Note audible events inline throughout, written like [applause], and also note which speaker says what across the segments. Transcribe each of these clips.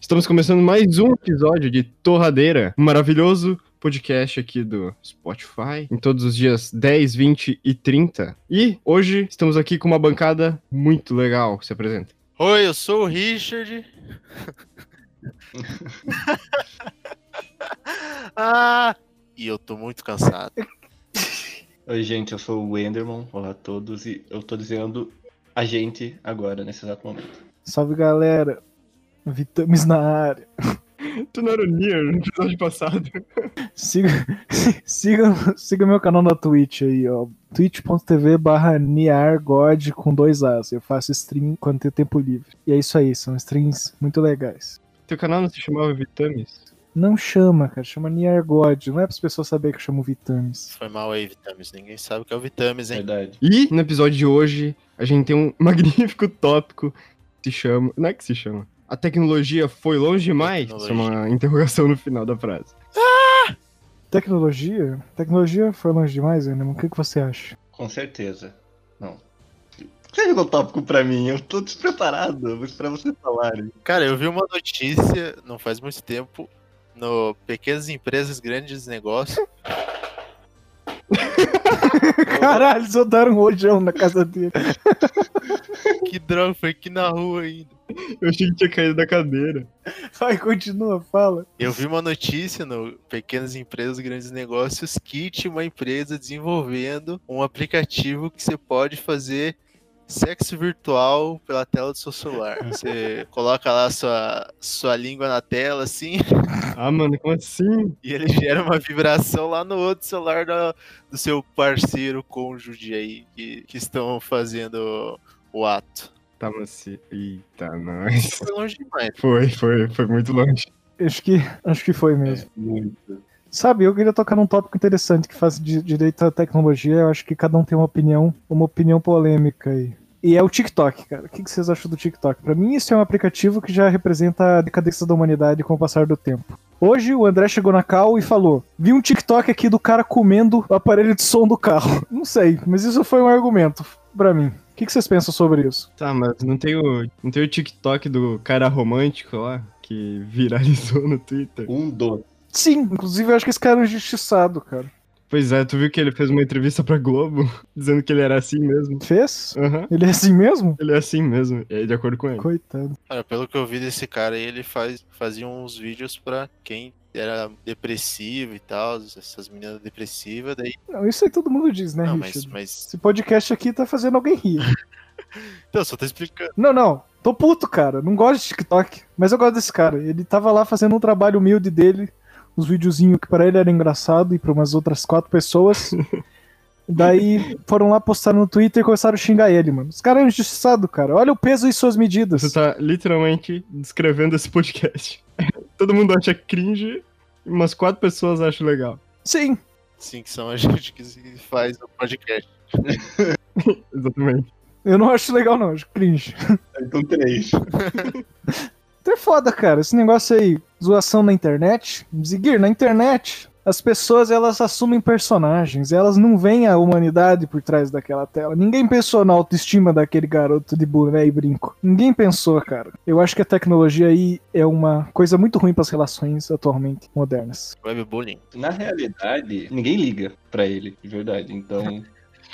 Speaker 1: Estamos começando mais um episódio de Torradeira, um maravilhoso podcast aqui do Spotify, em todos os dias 10, 20 e 30. E hoje estamos aqui com uma bancada muito legal. Se apresenta.
Speaker 2: Oi, eu sou o Richard. ah, e eu tô muito cansado.
Speaker 3: Oi, gente, eu sou o Enderman. Olá a todos. E eu tô dizendo a gente agora, nesse exato momento.
Speaker 4: Salve galera, Vitamis na área.
Speaker 1: Tu não era o Nier no episódio passado.
Speaker 4: Siga, [laughs] siga, siga meu canal na Twitch aí, ó. twitch.tv barra niargod com dois As. Eu faço stream quando tenho tempo livre. E é isso aí, são streams muito legais.
Speaker 1: Teu canal não se chamava Vitamis?
Speaker 4: Não chama, cara, chama niargod. Não é para as pessoas saberem que eu chamo Vitamis.
Speaker 2: Foi mal aí, Vitamis. Ninguém sabe o que é o Vitamis, hein?
Speaker 3: Verdade.
Speaker 1: E no episódio de hoje a gente tem um [laughs] magnífico tópico que se chama. Não é que se chama. A tecnologia foi longe demais? Isso é uma interrogação no final da frase.
Speaker 4: Tecnologia? Tecnologia foi longe demais, Enderman. O que, que você acha?
Speaker 3: Com certeza. Não. Você jogou tópico pra mim, eu tô despreparado mas pra vocês falarem.
Speaker 2: Cara, eu vi uma notícia não faz muito tempo no Pequenas Empresas, Grandes Negócios.
Speaker 4: Caralho, só deram um rojão na casa dele.
Speaker 2: que droga, foi aqui na rua ainda.
Speaker 1: Eu achei que tinha caído da cadeira.
Speaker 4: Vai, continua, fala.
Speaker 2: Eu vi uma notícia no Pequenas Empresas, Grandes Negócios que tinha uma empresa desenvolvendo um aplicativo que você pode fazer sexo virtual pela tela do seu celular. Você coloca lá sua, sua língua na tela, assim, [laughs]
Speaker 1: Ah, mano, como assim?
Speaker 2: e ele gera uma vibração lá no outro celular da- do, seu parceiro cônjuge aí que, que estão fazendo o ato.
Speaker 1: Tá, mas se... Eita, nós. [laughs]
Speaker 2: Foi longe demais.
Speaker 1: Foi, foi, foi muito longe.
Speaker 4: Acho que, acho que foi mesmo.
Speaker 3: Muito.
Speaker 4: Sabe, eu queria tocar num tópico interessante que faz di- direito à tecnologia. Eu acho que cada um tem uma opinião, uma opinião polêmica aí. E é o TikTok, cara. O que que vocês acham do TikTok? Pra mim, isso é um aplicativo que já representa a decadência da humanidade com o passar do tempo. Hoje, o André chegou na Cal e falou: Vi um TikTok aqui do cara comendo o aparelho de som do carro. [laughs] Não sei, mas isso foi um argumento pra mim. O que que vocês pensam sobre isso?
Speaker 1: Tá, mas não tem o, não tem o TikTok do cara romântico lá que viralizou no Twitter?
Speaker 3: Um doce.
Speaker 4: Sim, inclusive eu acho que esse cara é injustiçado, cara.
Speaker 1: Pois é, tu viu que ele fez uma entrevista pra Globo [laughs] dizendo que ele era assim mesmo?
Speaker 4: Fez?
Speaker 1: Aham.
Speaker 4: Ele é assim mesmo?
Speaker 1: Ele é assim mesmo, é de acordo com ele.
Speaker 4: Coitado.
Speaker 2: Cara, pelo que eu vi desse cara aí, ele faz, fazia uns vídeos pra quem era depressivo e tal, essas meninas depressivas, daí.
Speaker 4: Não, isso aí todo mundo diz, né,
Speaker 2: não, mas,
Speaker 4: Richard?
Speaker 2: mas.
Speaker 4: Esse podcast aqui tá fazendo alguém rir. [laughs]
Speaker 2: Então, só tô explicando.
Speaker 4: Não, não. Tô puto, cara. Não gosto de TikTok. Mas eu gosto desse cara. Ele tava lá fazendo um trabalho humilde dele. Uns videozinhos que pra ele era engraçado e pra umas outras
Speaker 1: [laughs]
Speaker 4: quatro pessoas. Daí foram lá postar no Twitter e começaram a xingar ele, mano. Os caras é injustiçado, cara. Olha o peso e suas medidas.
Speaker 1: Você tá literalmente descrevendo esse podcast. [laughs] Todo mundo acha cringe, umas quatro pessoas acham legal.
Speaker 4: Sim.
Speaker 2: Sim, assim, que são a [laughs] gente que se- faz o podcast.
Speaker 1: Exatamente. [laughs]
Speaker 4: Eu não acho legal, não. Acho cringe.
Speaker 3: Então três.
Speaker 4: Então é foda, cara. Esse negócio aí, zoação na internet, seguir na internet. As pessoas, elas assumem personagens, elas não veem a humanidade por trás daquela tela. Ninguém pensou na autoestima daquele garoto de boné e brinco. Ninguém pensou, cara. Eu acho que a tecnologia aí é uma coisa muito ruim para as relações atualmente modernas.
Speaker 2: tipo, Webbullying.
Speaker 3: Na realidade, ninguém liga pra ele, de verdade. Então,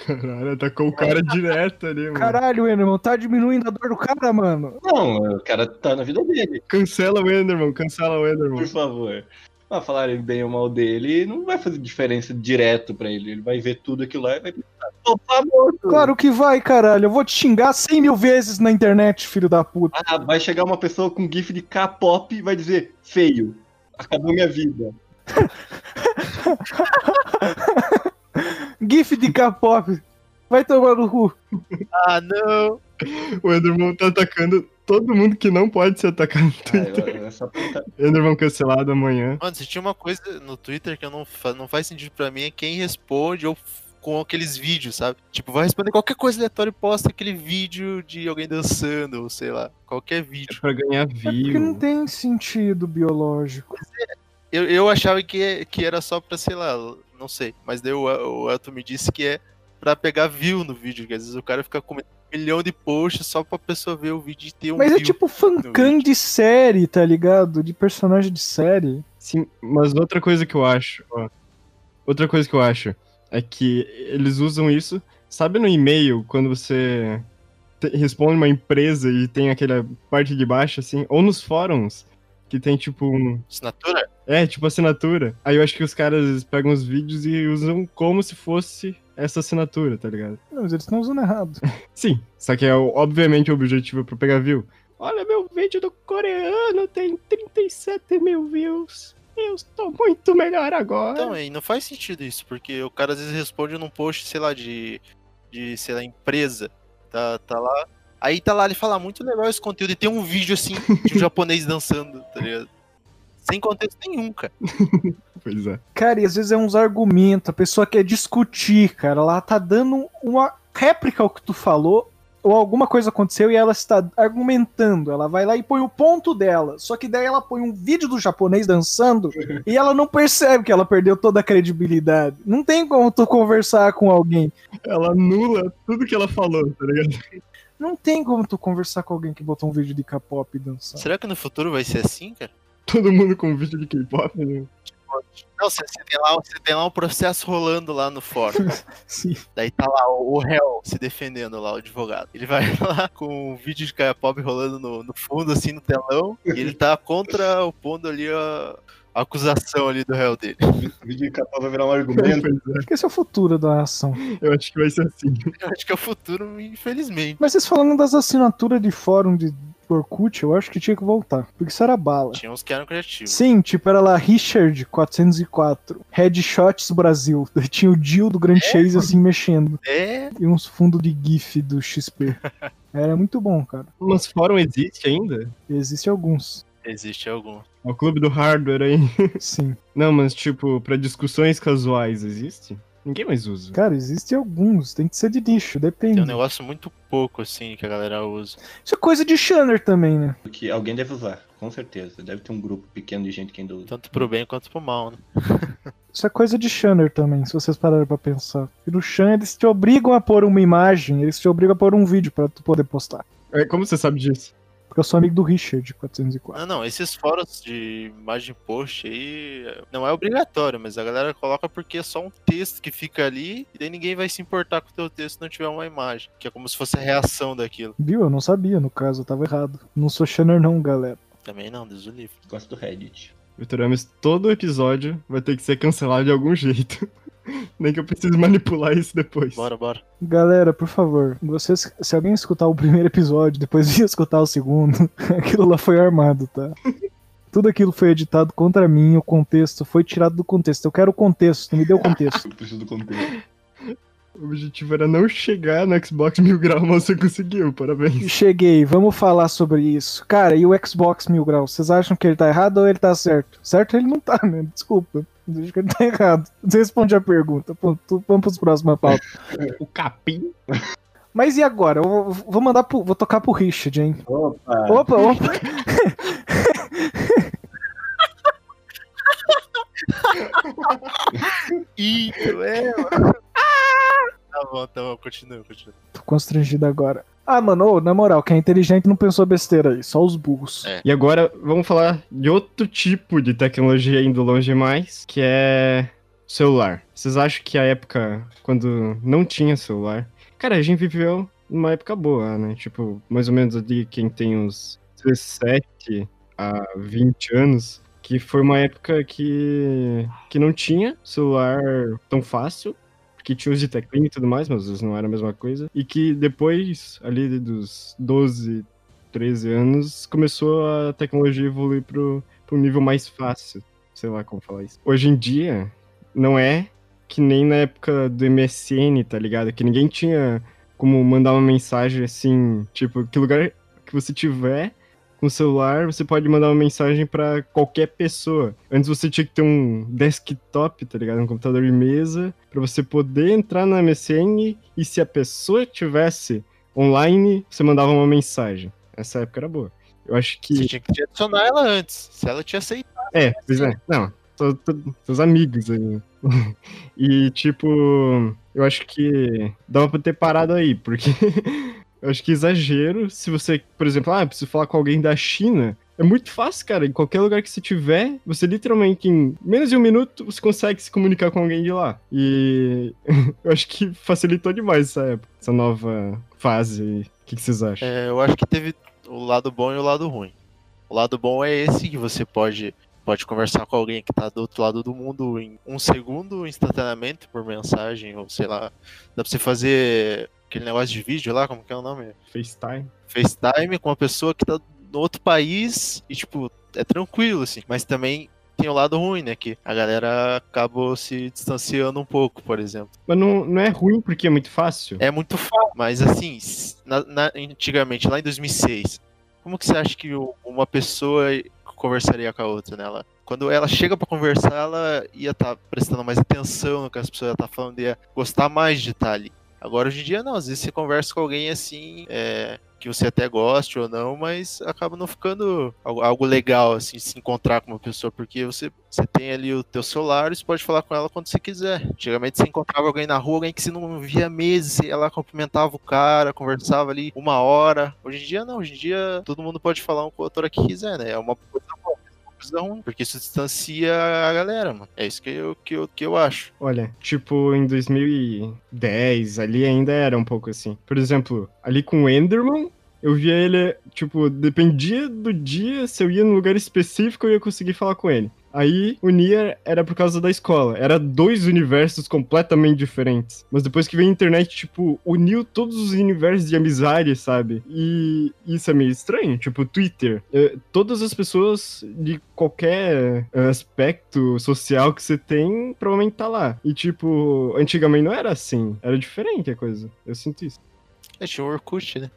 Speaker 1: Caralho, atacou tá o cara direto ali, mano.
Speaker 4: Caralho, Enderman, tá diminuindo a dor do cara, mano.
Speaker 3: não, o cara tá na vida dele,
Speaker 1: Cancela o Enderman, cancela o Enderman.
Speaker 3: por favor. Pra falarem bem ou mal dele, não vai fazer diferença direto pra ele. Ele vai ver tudo aquilo lá e vai pensar, opa, morto.
Speaker 4: Claro que vai, caralho. Eu vou te xingar 100 mil vezes na internet, filho da puta.
Speaker 3: Ah, vai chegar uma pessoa com gif de K-pop e vai dizer, feio, acabou minha vida.
Speaker 4: GIF de K-pop. Vai tomar no cu.
Speaker 2: Ah, não!
Speaker 1: O Enderman tá atacando todo mundo que não pode ser atacado. no
Speaker 3: Ah,
Speaker 1: Twitter.
Speaker 3: [laughs] eu- essa puta-
Speaker 1: Enderman cancelado amanhã.
Speaker 2: Mano, se tinha uma coisa no Twitter que eu não, fa- não faz sentido pra mim é quem responde ou f- com aqueles vídeos, sabe? Tipo, vai responder qualquer coisa aleatória e posta aquele vídeo de alguém dançando, ou sei lá, qualquer vídeo.
Speaker 1: Pra ganhar
Speaker 4: É porque não
Speaker 1: view.
Speaker 4: tem sentido biológico.
Speaker 2: Eu, eu achava que, que era só pra, sei lá, não sei. Mas daí o, El- o Elton me disse que é pra pegar view no vídeo, que às vezes o cara fica comentando um milhão de posts só pra pessoa ver o vídeo e ter um
Speaker 4: Mas é
Speaker 2: view.
Speaker 4: tipo fancam de série, tá ligado? De personagem de série.
Speaker 1: Sim, mas outra coisa que eu acho, ó, outra coisa que eu acho é que eles usam isso, sabe no e-mail quando você te- responde uma empresa e tem aquela parte de baixo assim, ou nos fóruns que tem tipo um,
Speaker 2: Assinatura?
Speaker 1: é, tipo assinatura. Aí eu acho que os caras pegam os vídeos e usam como se fosse essa assinatura, tá ligado?
Speaker 4: Não, mas eles estão usando errado.
Speaker 1: Sim, só que é o- obviamente o objetivo é pra pegar view. Olha meu vídeo do coreano tem 37 mil views. Eu estou muito melhor agora.
Speaker 2: Então, e não faz sentido isso, porque o cara às vezes responde num post, sei lá, de, de sei lá, empresa. Tá, tá lá. Aí tá lá, ele fala "Ah, muito legal esse conteúdo. E tem um vídeo assim,
Speaker 4: [laughs]
Speaker 2: de um japonês dançando, tá ligado? Sem contexto nenhum, cara.
Speaker 1: Pois é.
Speaker 4: [laughs] Cara, e às vezes é uns argumentos, a pessoa quer discutir, cara. Ela tá dando uma réplica ao que tu falou, ou alguma coisa aconteceu e ela está argumentando. Ela vai lá e põe o ponto dela. Só que daí ela põe um vídeo do japonês dançando e ela não percebe que ela perdeu toda a credibilidade. Não tem como tu conversar com alguém.
Speaker 1: Ela anula tudo que ela falou, tá ligado?
Speaker 4: Não tem como tu conversar com alguém que botou um vídeo de K-pop dançando.
Speaker 2: Será que no futuro vai ser assim, cara?
Speaker 1: [laughs] Todo mundo com vídeo de K-pop, né?
Speaker 2: Não, você você tem lá, você tem lá um processo rolando lá no fórum.
Speaker 4: Sim.
Speaker 2: Daí tá lá o o réu se defendendo lá, o advogado. Ele vai [laughs] lá com um vídeo de K-pop rolando no, no fundo, assim, no telão. E ele tá contra o pondo ali a, a acusação ali do réu dele. [laughs]
Speaker 3: O vídeo de capa vai virar um argumento.
Speaker 4: Porque esse é o futuro da ação.
Speaker 1: Eu acho que vai ser assim.
Speaker 2: Eu acho que é o futuro, infelizmente.
Speaker 4: Mas vocês falando das assinaturas de fórum de Orkut, eu acho que tinha que voltar. Porque isso era bala.
Speaker 2: Tinha uns que eram criativos.
Speaker 4: Sim, tipo, era lá Richard404, Headshots Brasil. [laughs] Daí tinha o Jill do Grand Chase assim mexendo.
Speaker 2: É,
Speaker 4: E uns fundos de GIF do XP. Era muito bom, cara.
Speaker 1: Mas fórum existe ainda?
Speaker 4: E existem alguns.
Speaker 2: existe algum.
Speaker 1: É o clube do hardware aí.
Speaker 4: Sim.
Speaker 1: Não, mas tipo, pra discussões casuais existe? Ninguém mais usa.
Speaker 4: Cara, existem alguns. Tem que ser de nicho, depende.
Speaker 2: Tem um negócio muito pouco, assim, que a galera usa.
Speaker 4: Isso é coisa de Shanner também, né?
Speaker 3: [laughs] Que alguém deve usar, com certeza. Deve ter um grupo pequeno de gente que ainda usa.
Speaker 2: Tanto pro bem quanto pro mal, né?
Speaker 4: Isso é coisa de Shanner também, se vocês pararem pra pensar. E no Shanner eles te obrigam a pôr uma imagem, eles te obrigam a pôr um vídeo pra tu poder postar.
Speaker 1: É, como você sabe disso?
Speaker 4: Porque eu sou amigo do Richard,
Speaker 2: Não,
Speaker 4: 404.
Speaker 2: Ah, não, esses fóruns de imagem post aí eh, não é obrigatório, mas a galera coloca porque é só um texto que fica ali e daí ninguém vai se importar com o teu texto se não tiver uma imagem, que é como se fosse a reação daquilo.
Speaker 4: Viu? Eu não sabia, no caso, eu tava errado. Não sou Shanner não, galera.
Speaker 2: Também não, Deus o livre.
Speaker 3: Gosto do Reddit.
Speaker 1: Vitor Ames, todo episódio vai ter que ser cancelado de algum jeito. [laughs] Nem que eu precise manipular isso depois.
Speaker 2: Bora, bora.
Speaker 4: Galera, por favor, vocês, se alguém escutar o primeiro episódio, depois [laughs] vir escutar o segundo, [laughs] aquilo lá foi armado, tá? Tudo aquilo foi editado contra mim, o contexto foi tirado do contexto. Eu quero o contexto, me dê o contexto.
Speaker 3: Eu preciso do contexto.
Speaker 1: O objetivo era não chegar no Xbox Mil Grau, mas você conseguiu, parabéns.
Speaker 4: Cheguei, vamos falar sobre isso. Cara, e o Xbox Mil Grau, vocês acham que ele tá errado ou ele tá certo? Certo ele não tá, [laughs] né? Desculpa. Eu acho que ele tá errado. Você responde a pergunta. Ponto. Vamos pros próximos pauta.
Speaker 1: O capim.
Speaker 4: Mas e agora? Eu vou- vou mandar pro. Vou tocar pro Richard, hein?
Speaker 3: Opa!
Speaker 4: Opa, opa.
Speaker 2: Ih, é, [laughs] mano. Tá bom, tá bom, continua, continua.
Speaker 4: Tô constrangido agora. Ah, mano, ô, na moral, quem é inteligente não pensou besteira aí, só os burros.
Speaker 2: É.
Speaker 1: E agora vamos falar de outro tipo de tecnologia indo longe mais, que é celular. Vocês acham que a época quando não tinha celular? Cara, a gente viveu uma época boa, né? Tipo, mais ou menos ali quem tem uns 17 a 20 anos, que foi uma época que que não tinha celular tão fácil. Que tinha os de teclinho e tudo mais, mas os não era a mesma coisa. E que depois, ali dos 12, 13 anos, começou a tecnologia evoluir pro, pro um nível mais fácil. Sei lá como falar isso. Hoje em dia, não é que nem na época do MSN, tá ligado? Que ninguém tinha como mandar uma mensagem assim, tipo, que lugar que você tiver com o celular, você pode mandar uma mensagem pra qualquer pessoa. Antes você tinha que ter um desktop, tá ligado? Um computador de mesa, pra você poder entrar na MSN e se a pessoa tivesse online, você mandava uma mensagem. Essa época era boa. Eu acho que.
Speaker 2: Você tinha que adicionar ela antes. Se ela tinha aceito.
Speaker 1: É, [laughs] pois é. Não, tô- tô- seus amigos aí. E, tipo, Eu acho que dava pra ter parado aí, porque [laughs] eu acho que é exagero. Se você, por exemplo, ah, eu preciso falar com alguém da China. É muito fácil, cara. Em qualquer lugar que você tiver, você literalmente em menos de um minuto você consegue se comunicar com alguém de lá. E [laughs] eu acho que facilitou demais essa época, essa nova fase. aí. O que, que vocês acham?
Speaker 2: É, eu acho que teve o lado bom e o lado ruim. O lado bom é esse que você pode, pode conversar com alguém que tá do outro lado do mundo em um segundo instantaneamente por mensagem, ou sei lá. Dá pra você fazer aquele negócio de vídeo lá, como que é o nome?
Speaker 1: FaceTime.
Speaker 2: FaceTime com uma pessoa que tá no outro país e, tipo, é tranquilo, assim. Mas também tem o lado ruim, né? Que a galera acabou se distanciando um pouco, por exemplo.
Speaker 1: Mas não, não é ruim porque é muito fácil.
Speaker 2: É muito fácil, mas assim, s- na- na- antigamente, lá em 2006, como que você acha que o- uma pessoa conversaria com a outra, né? Ela- quando ela chega pra conversar, ela ia estar prestando mais atenção no que as pessoas estão falando, ia gostar mais de estar ali. Agora, hoje em dia, não. Às vezes você conversa com alguém assim, é, que você até goste ou não, mas acaba não ficando algo, algo legal, assim, se encontrar com uma pessoa, porque você, você tem ali o teu celular e você pode falar com ela quando você quiser. Antigamente, você encontrava alguém na rua, alguém que você não via há meses, você ia lá, cumprimentava o cara, conversava ali uma hora. Hoje em dia, não. Hoje em dia, todo mundo pode falar um com o outro a hora que quiser, né? É uma coisa boa. mas é uma coisa ruim, Porque isso distancia a galera, mano. É isso que eu, que eu, que eu acho.
Speaker 1: Olha, tipo, em 2010, ali ainda era um pouco assim. Por exemplo, ali com o Enderman, eu via ele, tipo, dependia do dia, se eu ia num lugar específico, eu ia conseguir falar com ele. Aí, o Nier era por causa da escola. Era dois universos completamente diferentes. Mas depois que veio a internet, tipo, uniu todos os universos de amizade, sabe? E isso é meio estranho. Tipo, Twitter. eh, todas as pessoas de qualquer eh, aspecto social que você tem, provavelmente tá lá. E, tipo, antigamente não era assim. Era diferente a coisa. Eu sinto isso.
Speaker 2: É, tinha o Orkut, né?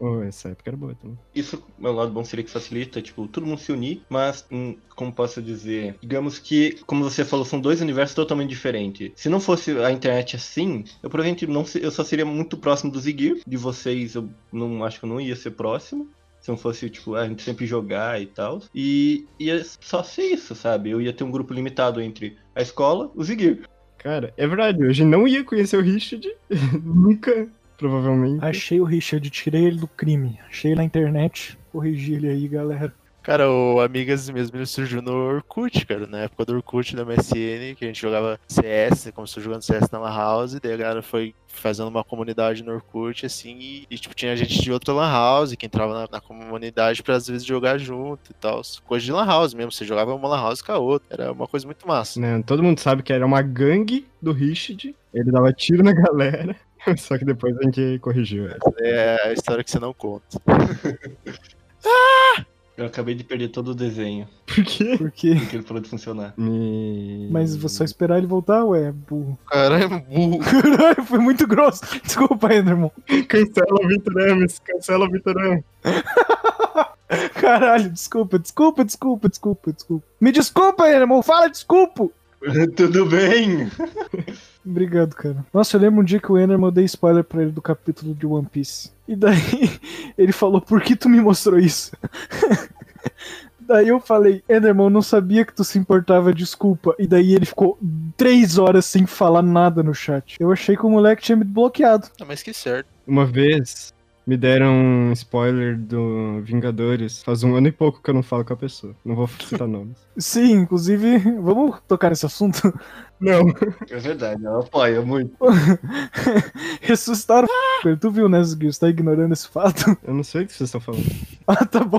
Speaker 1: Oh, essa época era boa também.
Speaker 3: Isso, meu lado bom seria que facilita, tipo, todo mundo se unir, mas, hum, como posso dizer, digamos que, como você falou, são dois universos totalmente diferentes. Se não fosse a internet assim, eu provavelmente não se- eu só seria muito próximo do Ziggy, de vocês eu não acho que eu não ia ser próximo. Se não fosse, tipo, a gente sempre jogar e tal. E ia só ser isso, sabe? Eu ia ter um grupo limitado entre a escola, o Ziggy.
Speaker 1: Cara, é verdade. Hoje não ia conhecer o Richard. [laughs] Nunca, provavelmente.
Speaker 4: Achei o Richard, tirei ele do crime. Achei ele na internet, corrigi ele aí, galera.
Speaker 2: Cara, o Amigas mesmo ele surgiu no Orkut, cara, na época do Orkut, da MSN, que a gente jogava CS, começou jogando CS na Lan House, daí a galera foi fazendo uma comunidade no Orkut, assim, e, e, tipo, tinha gente de outra Lan House que entrava na, na comunidade pra às vezes jogar junto e tal. Coisa de Lan House mesmo, você jogava uma Lan House com a outra, era uma coisa muito massa.
Speaker 1: Né, todo mundo sabe que era uma gangue do Richard. Ele dava tiro na [laughs] galera. Só que depois a gente corrigiu. é.
Speaker 2: É a história que você não conta.
Speaker 3: Eu acabei de perder todo o desenho,
Speaker 1: Por quê?
Speaker 4: Por quê?
Speaker 3: porque ele parou de funcionar.
Speaker 1: Me...
Speaker 4: Mas vou só esperar ele voltar, ué, burro. [laughs]
Speaker 2: Caramba, burro.
Speaker 4: Caralho, foi muito grosso. Desculpa, Enderman.
Speaker 1: Cancela o Vitor Ames, cancela o Vitor Ames.
Speaker 4: Caralho, desculpa, desculpa, desculpa, desculpa, desculpa. Me desculpa, Enderman, fala desculpa.
Speaker 3: [laughs] Tudo bem!
Speaker 4: Obrigado, cara. Nossa, eu lembro um dia que o Enderman eu dei spoiler pra ele do capítulo de One Piece. E daí [laughs] ele falou, por que tu me mostrou isso? [laughs] daí eu falei, Enderman, eu não sabia que tu se importava, desculpa. E daí ele ficou três horas sem falar nada no chat. Eu achei que o moleque tinha me bloqueado.
Speaker 2: Ah, mas que certo.
Speaker 1: Uma vez me deram um spoiler do Vingadores. Faz um ano e pouco que eu não falo com a pessoa. Não vou citar [laughs] nomes.
Speaker 4: Sim, inclusive, vamos tocar nesse assunto? [laughs]
Speaker 1: Não.
Speaker 3: É verdade, ela apoia muito.
Speaker 4: Ressuscitaram o [laughs] Tu viu, né, Zguil? Você tá ignorando esse fato?
Speaker 1: Eu não sei o que vocês estão falando.
Speaker 4: ah, [laughs] tá bom.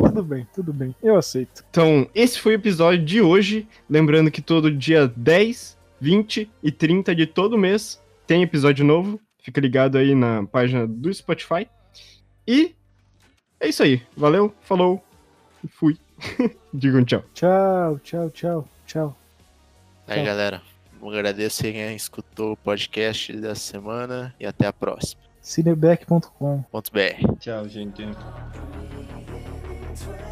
Speaker 4: tudo bem, tudo bem. Eu aceito.
Speaker 1: Então, esse foi o episódio de hoje. Lembrando que todo dia 10, 20 e 30 de todo mês tem episódio novo. Fica ligado aí na página do Spotify. E é isso aí. Valeu, falou e fui. [laughs] Digam tchau.
Speaker 4: Tchau, tchau, tchau, tchau.
Speaker 2: Aí,
Speaker 4: Certo.
Speaker 2: galera, eu agradeço aí quem escutou o podcast da semana e até a próxima.
Speaker 4: Cineback.com
Speaker 2: Ponto BR.
Speaker 3: Tchau, gente.
Speaker 5: Twenty